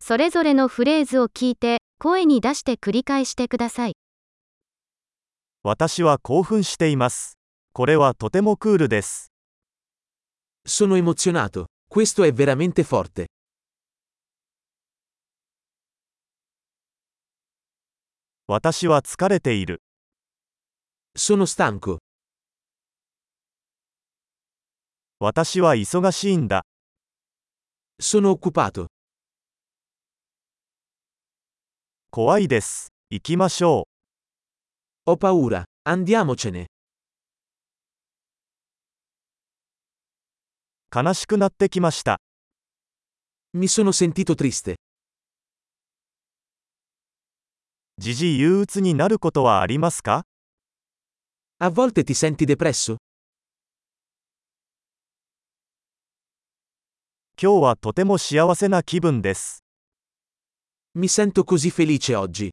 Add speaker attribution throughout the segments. Speaker 1: それぞれのフレーズを聞いて、声に出して繰り返してください。
Speaker 2: 私は興奮しています。これはとてもクールです。
Speaker 3: Sono emozionato, questo è veramente forte.
Speaker 2: 私は疲れている。
Speaker 3: Sono stanco,
Speaker 2: 私は忙しいんだ。
Speaker 3: sono occupato,
Speaker 2: 怖いです。行きましょ
Speaker 3: ho paura, andiamocene.
Speaker 2: う。悲しくなってきました。
Speaker 3: Mi sono sentito triste.
Speaker 2: 時々憂鬱になることはありますか
Speaker 3: A volte ti senti depresso?
Speaker 2: 今日はとても幸せな気分です。
Speaker 3: Mi sento così felice oggi.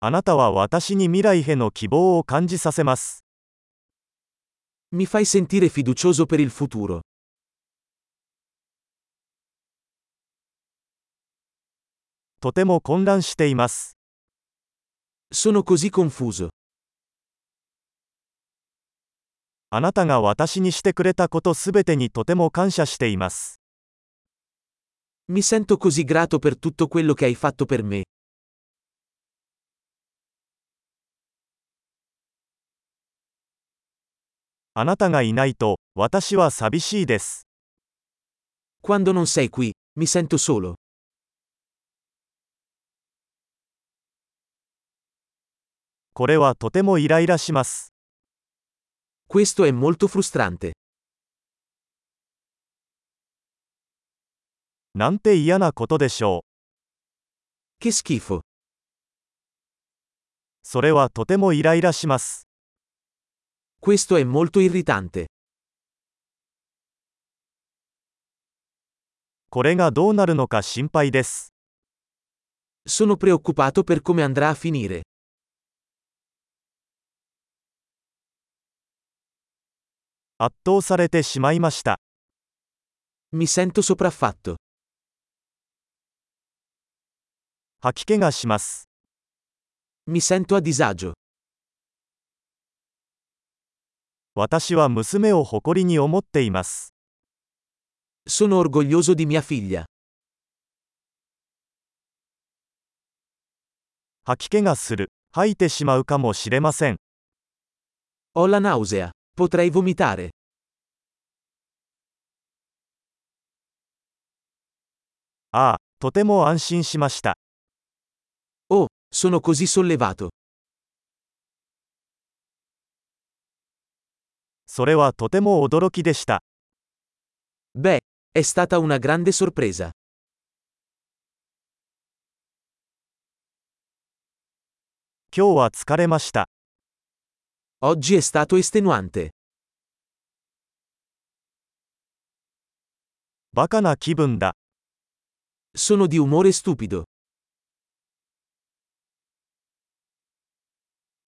Speaker 2: あなたは私に未来への希望を感じさせます。
Speaker 3: Mi fai sentire fiducioso per il futuro.
Speaker 2: とても混乱しています。
Speaker 3: Sono così confuso.
Speaker 2: あなたが私にしてくれたことすべてにとても感謝しています。
Speaker 3: Mi sento così grato per tutto quello che hai fatto per me.
Speaker 2: あなたがいないと、私は寂しいです。
Speaker 3: Quando non sei qui, mi sento solo.
Speaker 2: これはとてもイライラします。
Speaker 3: Questo è molto frustrante.
Speaker 2: なんて嫌なことでしょう。
Speaker 3: Che schifo.
Speaker 2: それはとてもイライラします。
Speaker 3: Questo è molto irritante.
Speaker 2: これがどうなるのか心配です。
Speaker 3: Sono preoccupato per come andrà a finire.
Speaker 2: 圧倒されてしまいました。
Speaker 3: Mi sento sopraffatto.
Speaker 2: 吐き気がします。
Speaker 3: Mi sento a disagio.
Speaker 2: 私は娘を誇りに思っています。
Speaker 3: Sono orgoglioso di mia figlia.
Speaker 2: 吐き気がする。吐いてしまうかもしれません。
Speaker 3: Ho la nausea. Potrei vomitare.
Speaker 2: ああ、とても安心しました。
Speaker 3: Oh, sono così sollevato.
Speaker 2: それはとても驚きでした。
Speaker 3: Beh, è stata una grande sorpresa.
Speaker 2: 今日は疲れました。
Speaker 3: Oggi è stato estenuante.
Speaker 2: バカな気分だ。
Speaker 3: Sono di umore stupido.